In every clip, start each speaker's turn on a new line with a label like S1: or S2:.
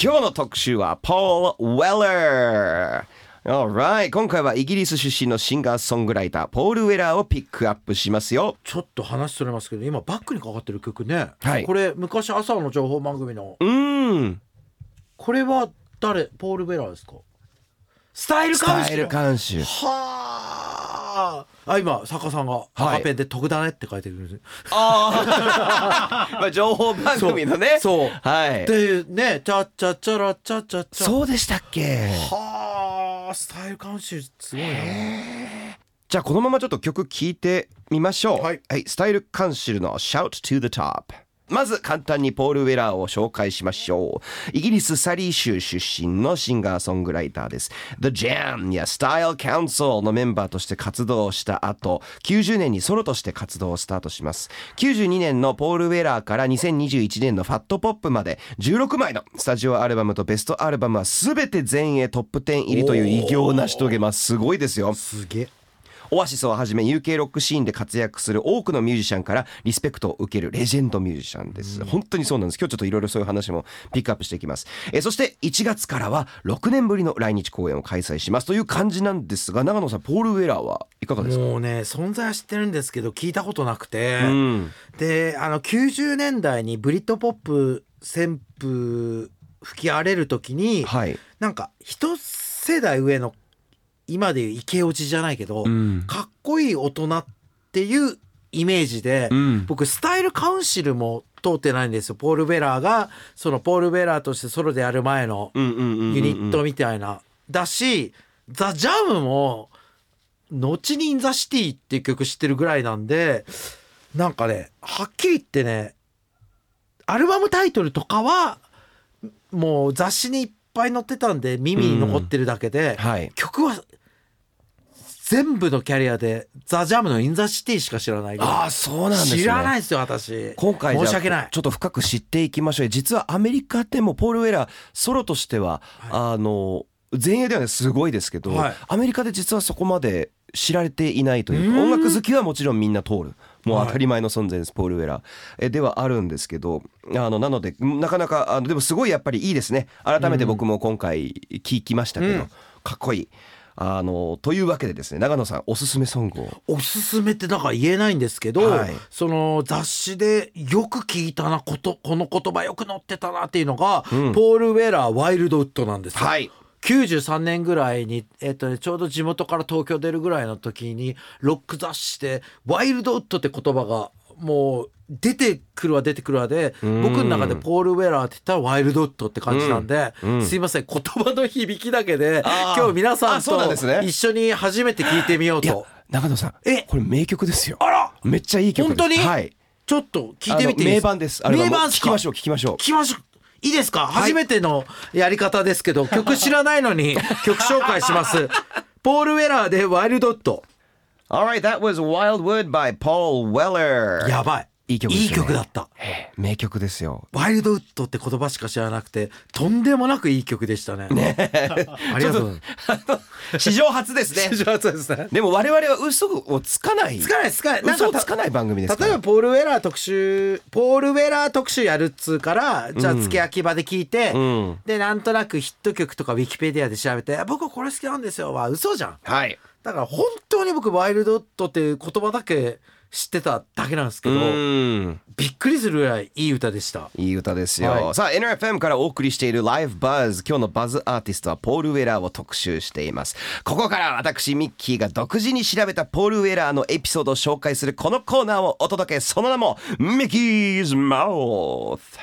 S1: 今日の特集は Paul Weller Alright 今回はイギリス出身のシンガーソングライターポール・ウェラーをピックアップしますよ
S2: ちょっと話それますけど今バックにかかってる曲ね、
S1: はい
S2: これ昔朝の情報番組の
S1: うーん
S2: これは誰ポール・ベラーですかスタイル
S1: ス
S2: 監
S1: タ
S2: 視
S1: イル監修
S2: はああ今坂さんが
S1: い
S2: 赤ペンで「徳だね」って書いてくれるんです
S1: ああ まあ情報番組のね
S2: そうそう
S1: はい
S2: でね「チャチャチャラチャチャチャ」
S1: そうでしたっけ
S2: はあスタイル監修すごいな
S1: じゃあこのままちょっと曲聴いてみましょう。は
S2: はいい、
S1: スタイルカンシルの Shout to the Top。まず簡単にポール・ウェラーを紹介しましょう。イギリス・サリー州出身のシンガーソングライターです。The Jam や Style Council のメンバーとして活動した後、90年にソロとして活動をスタートします。92年のポール・ウェラーから2021年のファットポップまで16枚のスタジオアルバムとベストアルバムは全て全英トップ10入りという偉業を成し遂げます。すごいですよ。
S2: すげえ
S1: オアシスをはじめ UK ロックシーンで活躍する多くのミュージシャンからリスペクトを受けるレジェンドミュージシャンです。本当にそうなんです。今日ちょっといろいろそういう話もピックアップしていきます。えーそして1月からは6年ぶりの来日公演を開催しますという感じなんですが、長野さん、ポール・ウェラーはいかがですか
S2: もうね存在は知ってるんですけど聞いたことなくて、
S1: ん
S2: であの90年代にブリッドポップ旋風吹き荒れる時に、
S1: はい。
S2: なんか一世代上の今でいうイケオジじゃないけど、
S1: ん
S2: かっこいい大人っていうイメージで、
S1: ん
S2: 僕スタイルカウンシルも通ってないんですよポール・ベラーがそのポール・ベラーとしてソロでやる前の
S1: うんうんうんうんうん
S2: ユニットみたいな、だしザ・ジャムも後に「イン・ザ・シティ」っていう曲知ってるぐらいなんでなんかねはっきり言ってねアルバムタイトルとかはもう雑誌にいっぱい載ってたんで耳に残ってるだけで、
S1: はい。
S2: 曲は全部のキャリアでザ・ジャムの「イン・ザ・シティ」しか知らないぐらい
S1: ああ、そうなんですね。
S2: 知らない
S1: い
S2: ですよ私
S1: 今回じゃあ
S2: 申し訳ない
S1: ちょっと深く知っていきましょう実はアメリカでもポール・ウェラーソロとしては、あの前衛ではねすごいですけど、
S2: はい
S1: アメリカで実はそこまで知られていないというか
S2: うーん
S1: 音楽好きはもちろんみんな通るもう
S2: はい
S1: 当たり前の存在です、ポール・ウェラーえではあるんですけどあのなのでなかなかあのでもすごいやっぱりいいですね改めて僕も今回聞きましたけど、
S2: うん
S1: かっこいい。あのというわけでですね長野さんおすすめソングを
S2: おすすめってだから言えないんですけど、
S1: はい
S2: その雑誌でよく聞いたなことこの言葉よく載ってたなっていうのが、
S1: ん
S2: ポール・ウェラー・ワイルドウッドなんですよ。
S1: はい
S2: 93年ぐらいに、えっとね、ちょうど地元から東京出るぐらいの時にロック雑誌で「ワイルドウッド」って言葉がもう出てくるわ出てくるわで
S1: ん
S2: 僕の中でポール・ウェラーって言ったらワイルドウッドって感じなんで、
S1: うんうん
S2: すいません言葉の響きだけで
S1: あー
S2: 今日皆さ
S1: あ
S2: ん
S1: そうなん
S2: と
S1: ですね
S2: 一緒に初めて聞いてみよう
S1: いや
S2: と。
S1: 長野さん
S2: え
S1: これ名曲ですよ
S2: あら
S1: めっちゃいい曲です
S2: 本当に
S1: はい
S2: ちょっと聞いてみていい
S1: あの
S2: で
S1: 名
S2: すか
S1: 盤ですあれは
S2: 名
S1: もう
S2: 盤っす
S1: 聞
S2: か
S1: きましょう聞きましょう
S2: 聞きましょういいですか、初めてのやり方ですけど曲知らない のに曲紹介しますポール・ウェラーでワイルドット
S1: Alright that was Wildwood by Paul Weller
S2: やばい
S1: いい曲ですよね
S2: だった
S1: ええ名曲ですよ
S2: ワイルドウッドって言葉しか知らなくてとんでもなくいい曲でしたね ありがとうございます
S1: 史上初ですね
S2: 上手ですね
S1: でも我々は嘘をつかない
S2: つかないつかないなん
S1: 嘘
S2: か
S1: をつかない番組ですか
S2: 例え
S1: ら
S2: ばポール・ウェラー特集ポール・ウェラー特集やるっつうからじゃあ付け焼き場で聞いて、
S1: うん
S2: でなんとなくヒット曲とかウィキペディアで調べて「あ僕はこれ好きなんですよ」は嘘じゃん
S1: はい
S2: だから本当に僕「ワイルドウッド」っていう言葉だけ知ってただけなんですけ
S1: う
S2: ど
S1: ーん
S2: びっくりするぐらいいい歌でした
S1: いい歌ですよ、
S2: はい
S1: さあ NRFM からお送りしている Live Buzz 今日のバズアーティストはポール・ウェラーを特集していますここからは私ミッキーが独自に調べたポール・ウェラーのエピソードを紹介するこのコーナーをお届けその名もミッキーズ・マウス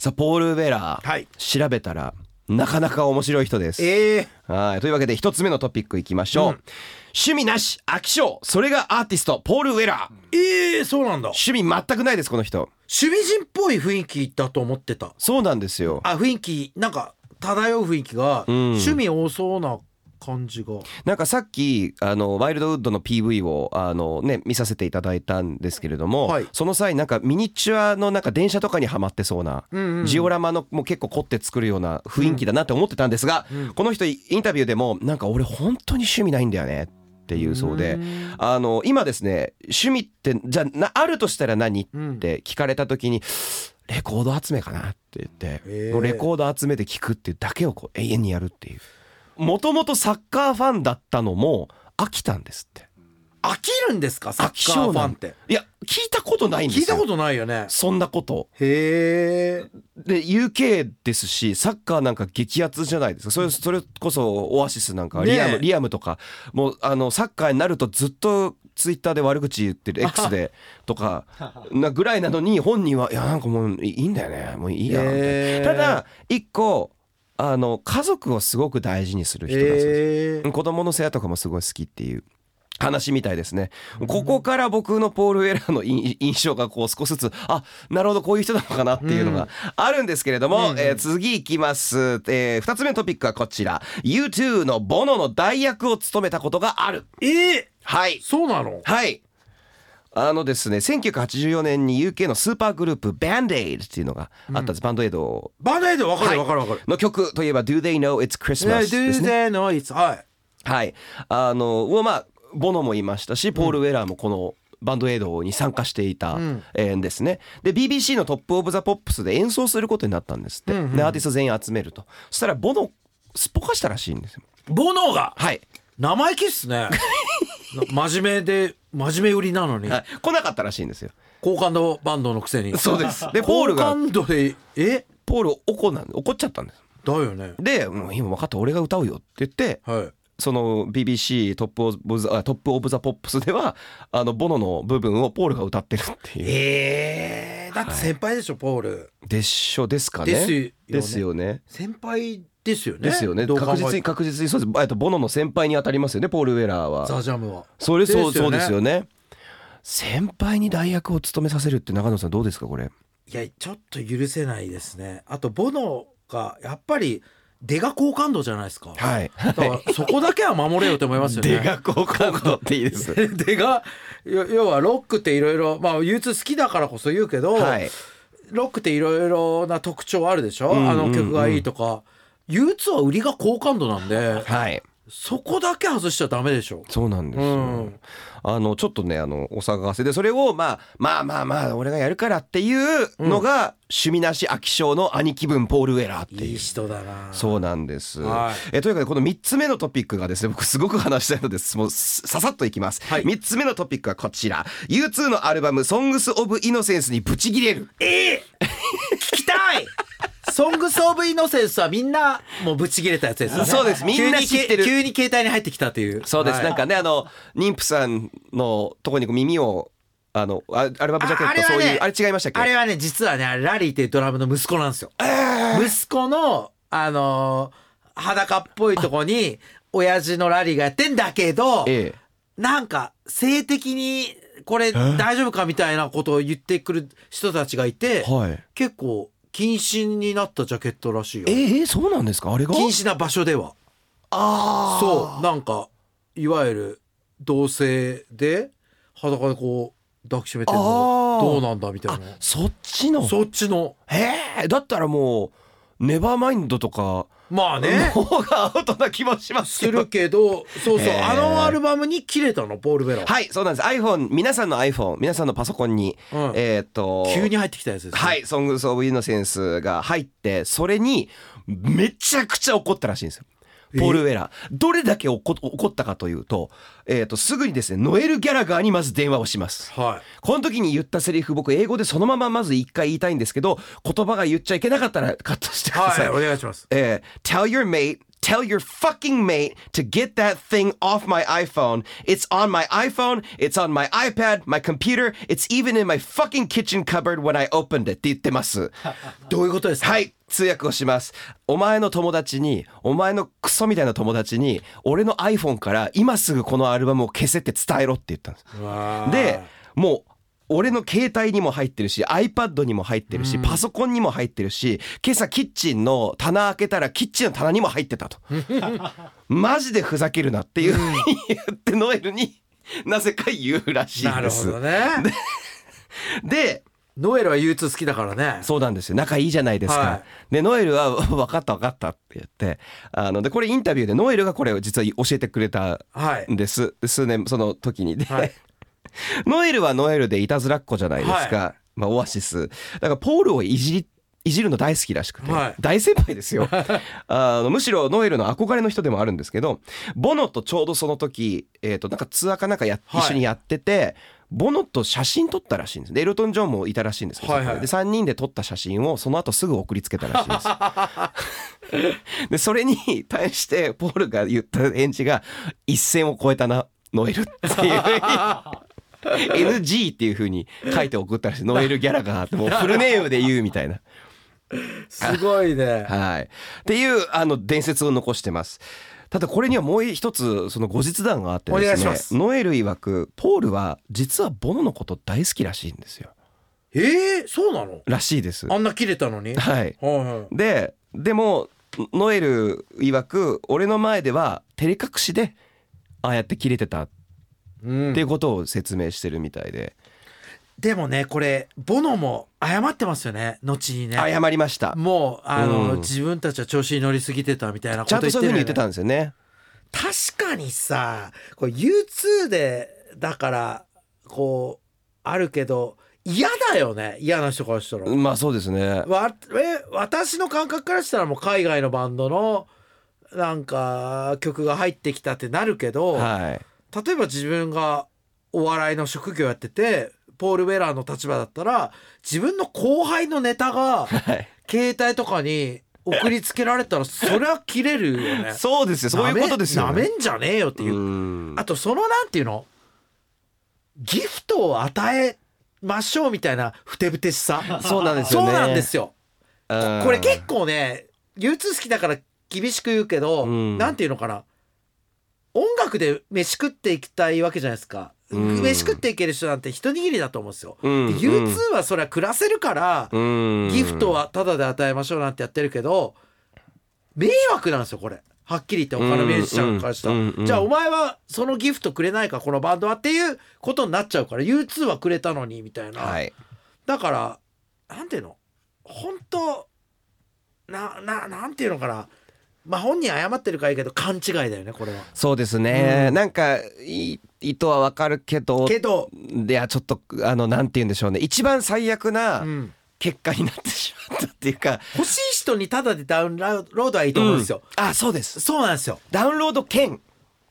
S1: さあポール・ウェラー、
S2: はい
S1: 調べたらなかなか面白い人です
S2: ええ
S1: はい。というわけで、一つ目のトピックいきましょう。趣味なし、飽き性、それがアーティスト、ポール・ウェラー。
S2: ええそうなんだ
S1: 趣味全くないです、この人。
S2: 趣味人っぽい雰囲気だと思ってた
S1: そうなんですよ。
S2: あ雰囲気なんか漂う雰囲気が、趣味多そうな感じが
S1: なんかさっきあのワイルドウッドの PV をあの、ね、見させていただいたんですけれども、
S2: はい
S1: その際なんかミニチュアのなんか電車とかにはまってそうな、ジオラマのもう結構凝って作るような雰囲気だなって思ってたんですが、この人インタビューでもなんか俺本当に趣味ないんだよねっていうそうで。あの今ですね趣味ってじゃあなあるとしたら何って聞かれた時にレコード集めかなって言って、
S2: へえ
S1: もうレコード集めて聞くっていうだけをこう永遠にやるっていうもともとサッカーファンだったのも飽きたんですって
S2: 飽きるんですかサッカーファンって
S1: いや聞いたことないんですよ
S2: 聞いたことないよね
S1: そんなこと
S2: へえ
S1: で UK ですしサッカーなんか激アツじゃないですかそれそれこそオアシスなんか
S2: ねえ
S1: リアム,、リアムとかもうあのサッカーになるとずっとツイッターで悪口言ってる X でとかなぐらいなのに本人はいやなんかもういいいんだよねもういいやみたいな
S2: へえ
S1: ただ一個あの家族をすごく大事にする人だそうです。
S2: へえ
S1: 子供の世話とかもすごい好きっていう話みたいですねここから僕のポール・ウェラーの印印象がこう少しずつあなるほどこういう人なのかなっていうのがあるんですけれども、
S2: うん
S1: えー次いきます、え2つ目のトピックはこちら U2 のボノの代役を務めたことがある
S2: えー
S1: はい
S2: そうなの
S1: はい。あのですね、1984年に UK のスーパーグループ Band Aid っていうのがあったんです。バンドエイド
S2: バンダイドわかるわかるわかる
S1: の曲といえば Do They Know It's
S2: ね
S1: Christmas で
S2: Do
S1: すね。
S2: they know it's はい
S1: はい。あの、をまあ、ボノもいましたし、ポール・ウェラーもこのバンドエイドに参加していた
S2: ん
S1: えーんですね。で、BBC のトップ・オブ・ザ・ポップスで演奏することになったんですって。
S2: うんうん
S1: で、アーティスト全員集めると。そしたら、ボノ、すっぽかしたらしいんですよ。
S2: ボノが
S1: はい。
S2: 生意気っ すねな真面目で真面目売りなのに
S1: はい来なかったらしいんですよ。
S2: 好感度バンドのくせに
S1: そうですでポールが
S2: 好感度でえ
S1: ポール怒んなん怒っちゃったんです。
S2: だよね
S1: で、もう今分かった、俺が歌うよって言って、
S2: はい
S1: その BBC トップオブザあトップオブザポップスではあのボノの部分をポールが歌ってるっていう。
S2: えー、だって先輩でしょ、ポール
S1: でしょですかね。
S2: ですよね
S1: ですよね。
S2: 先輩ですよね
S1: ですよね。
S2: どう考え
S1: 確実に確実にそうです。えっとボノの先輩に当たりますよね。ポールウェラーは。
S2: ザ・ジャムは
S1: それそう、
S2: ですよ
S1: そ
S2: ね
S1: うですよね。先輩に代役を務めさせるって中野さんどうですかこれ。
S2: いやちょっと許せないですねあとボノがやっぱり出が好感度じゃないですか、
S1: はい。
S2: だからそこだけは守れよと思いますよね
S1: 出 が好感度っていい です。
S2: 出がよ要はロックっていろいろまあ U2 好きだからこそ言うけど、
S1: はい。
S2: ロックっていろいろな特徴あるでしょ、
S1: うんうんうん
S2: あの曲がいいとか U2 は売りが好感度なんで
S1: はい。
S2: そこだけ外しちゃダメでしょ
S1: そうなんですよ、
S2: うん
S1: あのちょっとねあのお騒がせでそれを、まあ、まあまあまあ俺がやるからっていうのが、趣味なし飽き性の兄貴分ポール・ウェラーっていう。
S2: いい人だな
S1: そうなんです、
S2: はい
S1: えというわけでこの3つ目のトピックがですね僕すごく話したいのですもうすささっといきます、
S2: はい
S1: 3つ目のトピックはこちら U2 のアルバム「Songs of Innocence」にブチギレる
S2: ええ聞きた いソングソーブイノセンスはみんなもうぶち切れたやつですよね。
S1: そうですみんな知ってる
S2: 急にけ急に携帯に入ってきたという。
S1: そうです、
S2: はい
S1: なんかねあの妊婦さんのとこにこう耳をあのあアルバムジャケット
S2: ああれ
S1: そ
S2: は
S1: う
S2: ね
S1: いうあれ違いましたっけ
S2: あれはね実はねあれラリーっていうドラムの息子なんですよ。息子のあのー裸っぽいとこに親父のラリーがやってんだけど、
S1: ええ
S2: なんか性的にこれ大丈夫かみたいなことを言ってくる人たちがいて、
S1: はい
S2: 結構禁止になったジャケットらしいよ。
S1: ええそうなんですかあれが
S2: 禁止な場所では。
S1: ああ
S2: そうなんかいわゆる同性で裸でこう抱きしめてるの
S1: あー
S2: どうなんだみたいな
S1: そっちの
S2: そっちの
S1: へえだったらもうネバーマインドとか
S2: まあ
S1: の
S2: ね
S1: 方がアウトな気もします
S2: す
S1: けど
S2: るけどそうそう
S1: へー
S2: あのアルバムに切れたのポール・ベラ、
S1: はいそうなんです iPhone 皆さんの iPhone 皆さんのパソコンに、
S2: うん
S1: えーっと
S2: 急に入ってきたやつですね、
S1: はい「Songs of Innocence」が入ってそれにめちゃくちゃ怒ったらしいんですよポール・ウェラーどれだけ怒怒ったかというと,、えーっとすぐにですねノエル・ギャラガーにまず電話をします
S2: はい
S1: この時に言ったセリフ僕英語でそのまままず一回言いたいんですけど言葉が言っちゃいけなかったらカットしてくだ
S2: は
S1: さ
S2: い
S1: い。
S2: お願いします
S1: えー Tell your mate Tell your fucking mate to get that thing off my iPhone. It's on my iPhone, it's on my iPad, my computer, it's even in my fucking kitchen cupboard when I opened it って言ってます。
S2: どういうことですか
S1: はい、通訳をします。お前の友達に、お前のクソみたいな友達に、俺の iPhone から今すぐこのアルバムを消せって伝えろって言ったんです。
S2: わー
S1: でもう俺の携帯にも入ってるし iPad にも入ってるし、パソコンにも入ってるし今朝キッチンの棚開けたらキッチンの棚にも入ってた とマジでふざけるなっていうふうに言ってノエルになぜか言うらしい
S2: な
S1: で
S2: るほ
S1: す。
S2: どね
S1: で
S2: ノエルは U2 好きだからね
S1: そうなんですよ仲いいじゃないですか、
S2: は
S1: でノエルは 分かった分かったって言ってあのでこれインタビューでノエルがこれを実は教えてくれた
S2: はい
S1: んです数年その時にで、
S2: はい
S1: ノエルはノエルでいたずらっ子じゃないですか、まあ、オアシスだからポールをいじりいじるの大好きらしくて、
S2: はい
S1: 大先輩 ですよあのむしろノエルの憧れの人でもあるんですけどボノとちょうどその時、えー、となんかツアーかなんかや、
S2: はい
S1: 一緒にやっててボノと写真撮ったらしいんですでエルトン・ジョンもいたらしいんですけど、
S2: はいはい
S1: で3人で撮った写真をその後すぐ送りつけたらしいです でそれに対してポールが言った返事が一線を越えたなノエルっていう NG っていう 風に書いて送ったらしいノエル・ギャラガーっ てもうフルネームで言うみたいな
S2: すごいね。
S1: はいっていうあの伝説を残してますただこれにはもう一つその後日談があって
S2: お願
S1: で
S2: いしますす
S1: ねノエル曰くポールは実はボノのこと大好きらしいんですよ
S2: ええそうなの
S1: らしいです
S2: あんな切れたのに。はい
S1: はい
S2: は
S1: ででもノエル曰く俺の前では照れ隠しでああやって切れてたっ
S2: い。うん
S1: ていうことを説明してるみたいで、
S2: でもねこれボノも謝ってますよね後にね
S1: 謝りました
S2: もうあの、
S1: うん
S2: 自分たちは調子に乗りすぎてたみたいなこ
S1: ちゃ
S2: と
S1: ん
S2: 言
S1: と
S2: って
S1: そう
S2: る
S1: いうふう
S2: よ
S1: に言って
S2: ね
S1: たんですよね
S2: 確かにさこれ U2 でだからこうあるけど嫌だよね嫌な人からしたら、
S1: まあそうですね
S2: わえ私の感覚からしたらもう海外のバンドのなんか曲が入ってきたってなるけど、
S1: はい
S2: 例えば自分がお笑いの職業やっててポール・ウェラーの立場だったら自分の後輩のネ タが
S1: はい
S2: 携帯とかに送りつけられたらそりゃ切れるよね
S1: そうですよ そういうことですよ、
S2: なめんじゃねえよっていう、
S1: うん
S2: あとそのなんていうのギフトを与えましょうみたいなふてぶてしさ
S1: そうなんですよ
S2: そ
S1: ね
S2: うなんですよ
S1: うん
S2: これ結構ね U2 好きだから厳しく言うけど、
S1: うん
S2: なんていうのかな音楽で飯食っていきたいわけじゃないですか、
S1: うん
S2: 飯食っていける人なんて一握りだと思うんですよ、
S1: うん
S2: で U2 はそれは暮らせるから、
S1: うん
S2: ギフトはタダで与えましょうなんてやってるけど迷惑なんですよこれはっきり言って他のミュージシャンからしたら、
S1: うんうん
S2: じゃあお前はそのギフトくれないかこのバンドはっていうことになっちゃうから U2 はくれたのにみたいな、
S1: はい
S2: だからなんていうの本当なななんていうのかなまあ本人謝ってるからいいけど勘違いだよねこれは。
S1: そうですね、
S2: うん
S1: なんかい意図はわかるけど
S2: けど、
S1: いやちょっとあのなんて言うんでしょうね一番最悪
S2: う、
S1: なん結果になってしまったっていうか、
S2: 欲しい人にタダでダウンロードはいいと思うんですよ。
S1: あそうです
S2: そうなんですよ。
S1: ダウンロード券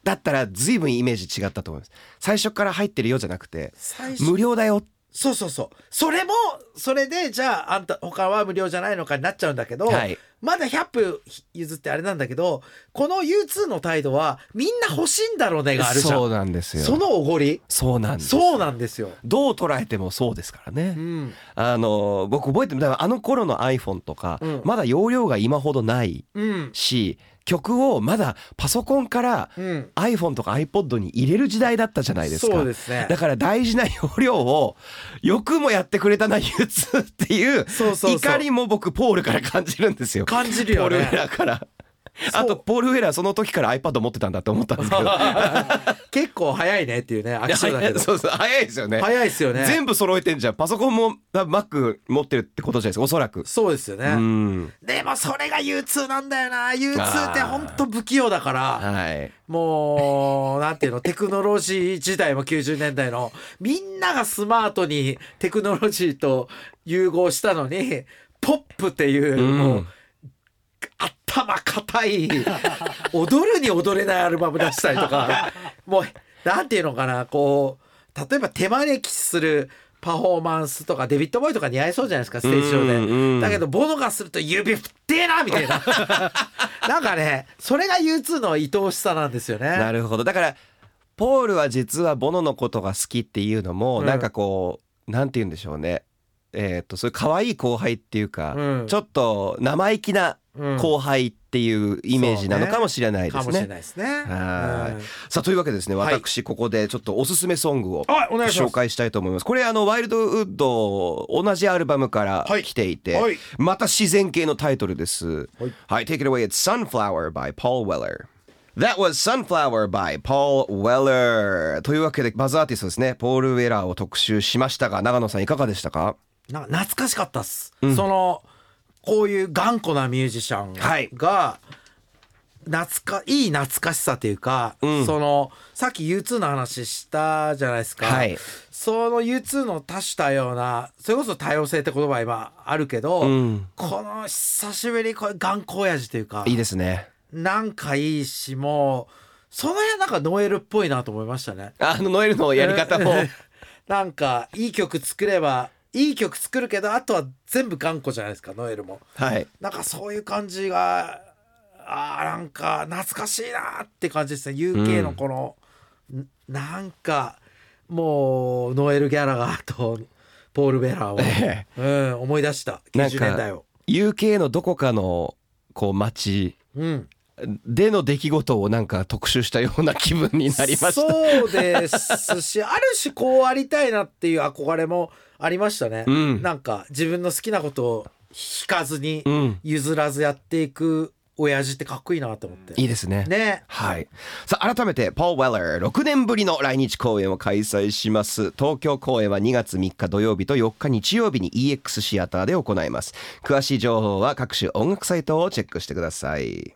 S1: だったら随分イメージ違ったと思います最初から入ってるよじゃなくて
S2: 最初
S1: 無料だよ
S2: そうそうそうそれもそれでじゃああんた他は無料じゃないのかになっちゃうんだけど、
S1: はい
S2: まだ100歩譲ってあれなんだけどこの U2 の態度はみんな欲しいんだろうねがあるじゃん
S1: そうなんですよ
S2: そのおごり
S1: そうなんです
S2: そうなんですよ、
S1: どう捉えてもそうですからね、
S2: うん
S1: あの僕覚えてるだからあの頃の iPhone とか、
S2: うん
S1: まだ容量が今ほどない
S2: うん
S1: し曲をまだパソコンから
S2: うん、
S1: iPhone とか iPod に入れる時代だったじゃないですか
S2: そうですね
S1: だから大事な容量をよくもやってくれたな U2 っていう
S2: そうそうそう
S1: 怒りも僕ポールから感じるんですよ
S2: 感じる
S1: ポー
S2: よ
S1: ル・ウェ
S2: ね
S1: ラーから。
S2: う
S1: あとポール・ウェラーその時から iPad 持ってたんだと思ったんですけど
S2: 結構早いねっていうね飽きそうだけど
S1: そうそう早いですよね
S2: 早いですよね
S1: 全部揃えてんじゃんパソコンも多分 Mac 持ってるってことじゃないですかおそらく
S2: そうですよ
S1: う
S2: ね
S1: ん
S2: でもそれが U2 なんだよな U2 ってほんと不器用だから
S1: はい
S2: もうなんていうのテクノロジー時代も90年代のみんながスマートにテクノロジーと融合したのにポップっていう、
S1: うん
S2: もう頭固い踊るに踊れないアルバム出したりとかもうなんていうのかなこう例えば手招きするパフォーマンスとかデビッド・ボーイとか似合いそうじゃないですかステージ上で。
S1: うんうん
S2: だけどボノがすると指振ってえなみたいななんかねそれが U2 の愛おしさなんですよ
S1: な
S2: ね
S1: るほどだからポールは実はボノのことが好きっていうのも、
S2: うん
S1: なんかこうなんて言うんでしょうねえー、とそういう可愛い後輩っていうか、
S2: うん
S1: ちょっと生意気な
S2: うん
S1: 後輩っていうイメージなのかもしれないで
S2: か
S1: す
S2: もしれ
S1: ね。
S2: ないですね
S1: はい
S2: うん
S1: さあというわけでですね
S2: はい
S1: 私ここでちょっとおすすめソングを
S2: はいお願いしま
S1: 紹
S2: す
S1: 介したいと思います。これあのワイルドウッド同じアルバムから
S2: はい
S1: 来ていて、
S2: はい
S1: また自然系のタイトルです。
S2: はい
S1: はい、Take it away. It's Sunflower by Paul Weller. That was Sunflower by Paul Weller. というわけで、バズアーティストですね、ポール・ウェラーを特集しましたが、長野さんいかがでしたか
S2: なんか懐かしかったっす、そのこういう頑固なミュージシャンが、
S1: はい
S2: 懐かいい懐かしさというか、
S1: うん
S2: そのさっき U2 の話したじゃないですか、
S1: はい
S2: その U2 の多種多様なそれこそ多様性って言葉今あるけど、
S1: うん
S2: この久しぶりにこれ頑固親父というか
S1: いいですね
S2: なんかいいしもうその辺なんかノエルっぽいなと思いましたね。
S1: あのノエルのやり方も
S2: なんかいい曲作ればいい曲作るけどあとは全部頑固じゃないですかノエルも。
S1: はい
S2: なんかそういう感じがあーなんか懐かしいなーって感じですね UK のこの、んなんかもうノエル・ギャラガーとポール・ベラ ー
S1: え
S2: を、うん、思い出した
S1: な
S2: 90
S1: んか
S2: 年代を。
S1: え UK のどこかのこう街
S2: うん、
S1: での出来事をなんか特集したような気分になりました
S2: そうですしある種こうありたいなっていう憧れもありましたね、
S1: うん
S2: なんか自分の好きなことを引かずに
S1: うん
S2: 譲らずやっていく親父ってかっこいいなと思って
S1: いいですね
S2: ね
S1: はい。さあ、改めて、ポー・ウェラー、6年ぶりの来日公演を開催します。東京公演は2月3日土曜日と4日日曜日に EX シアターで行います。詳しい情報は各種音楽サイトをチェックしてください。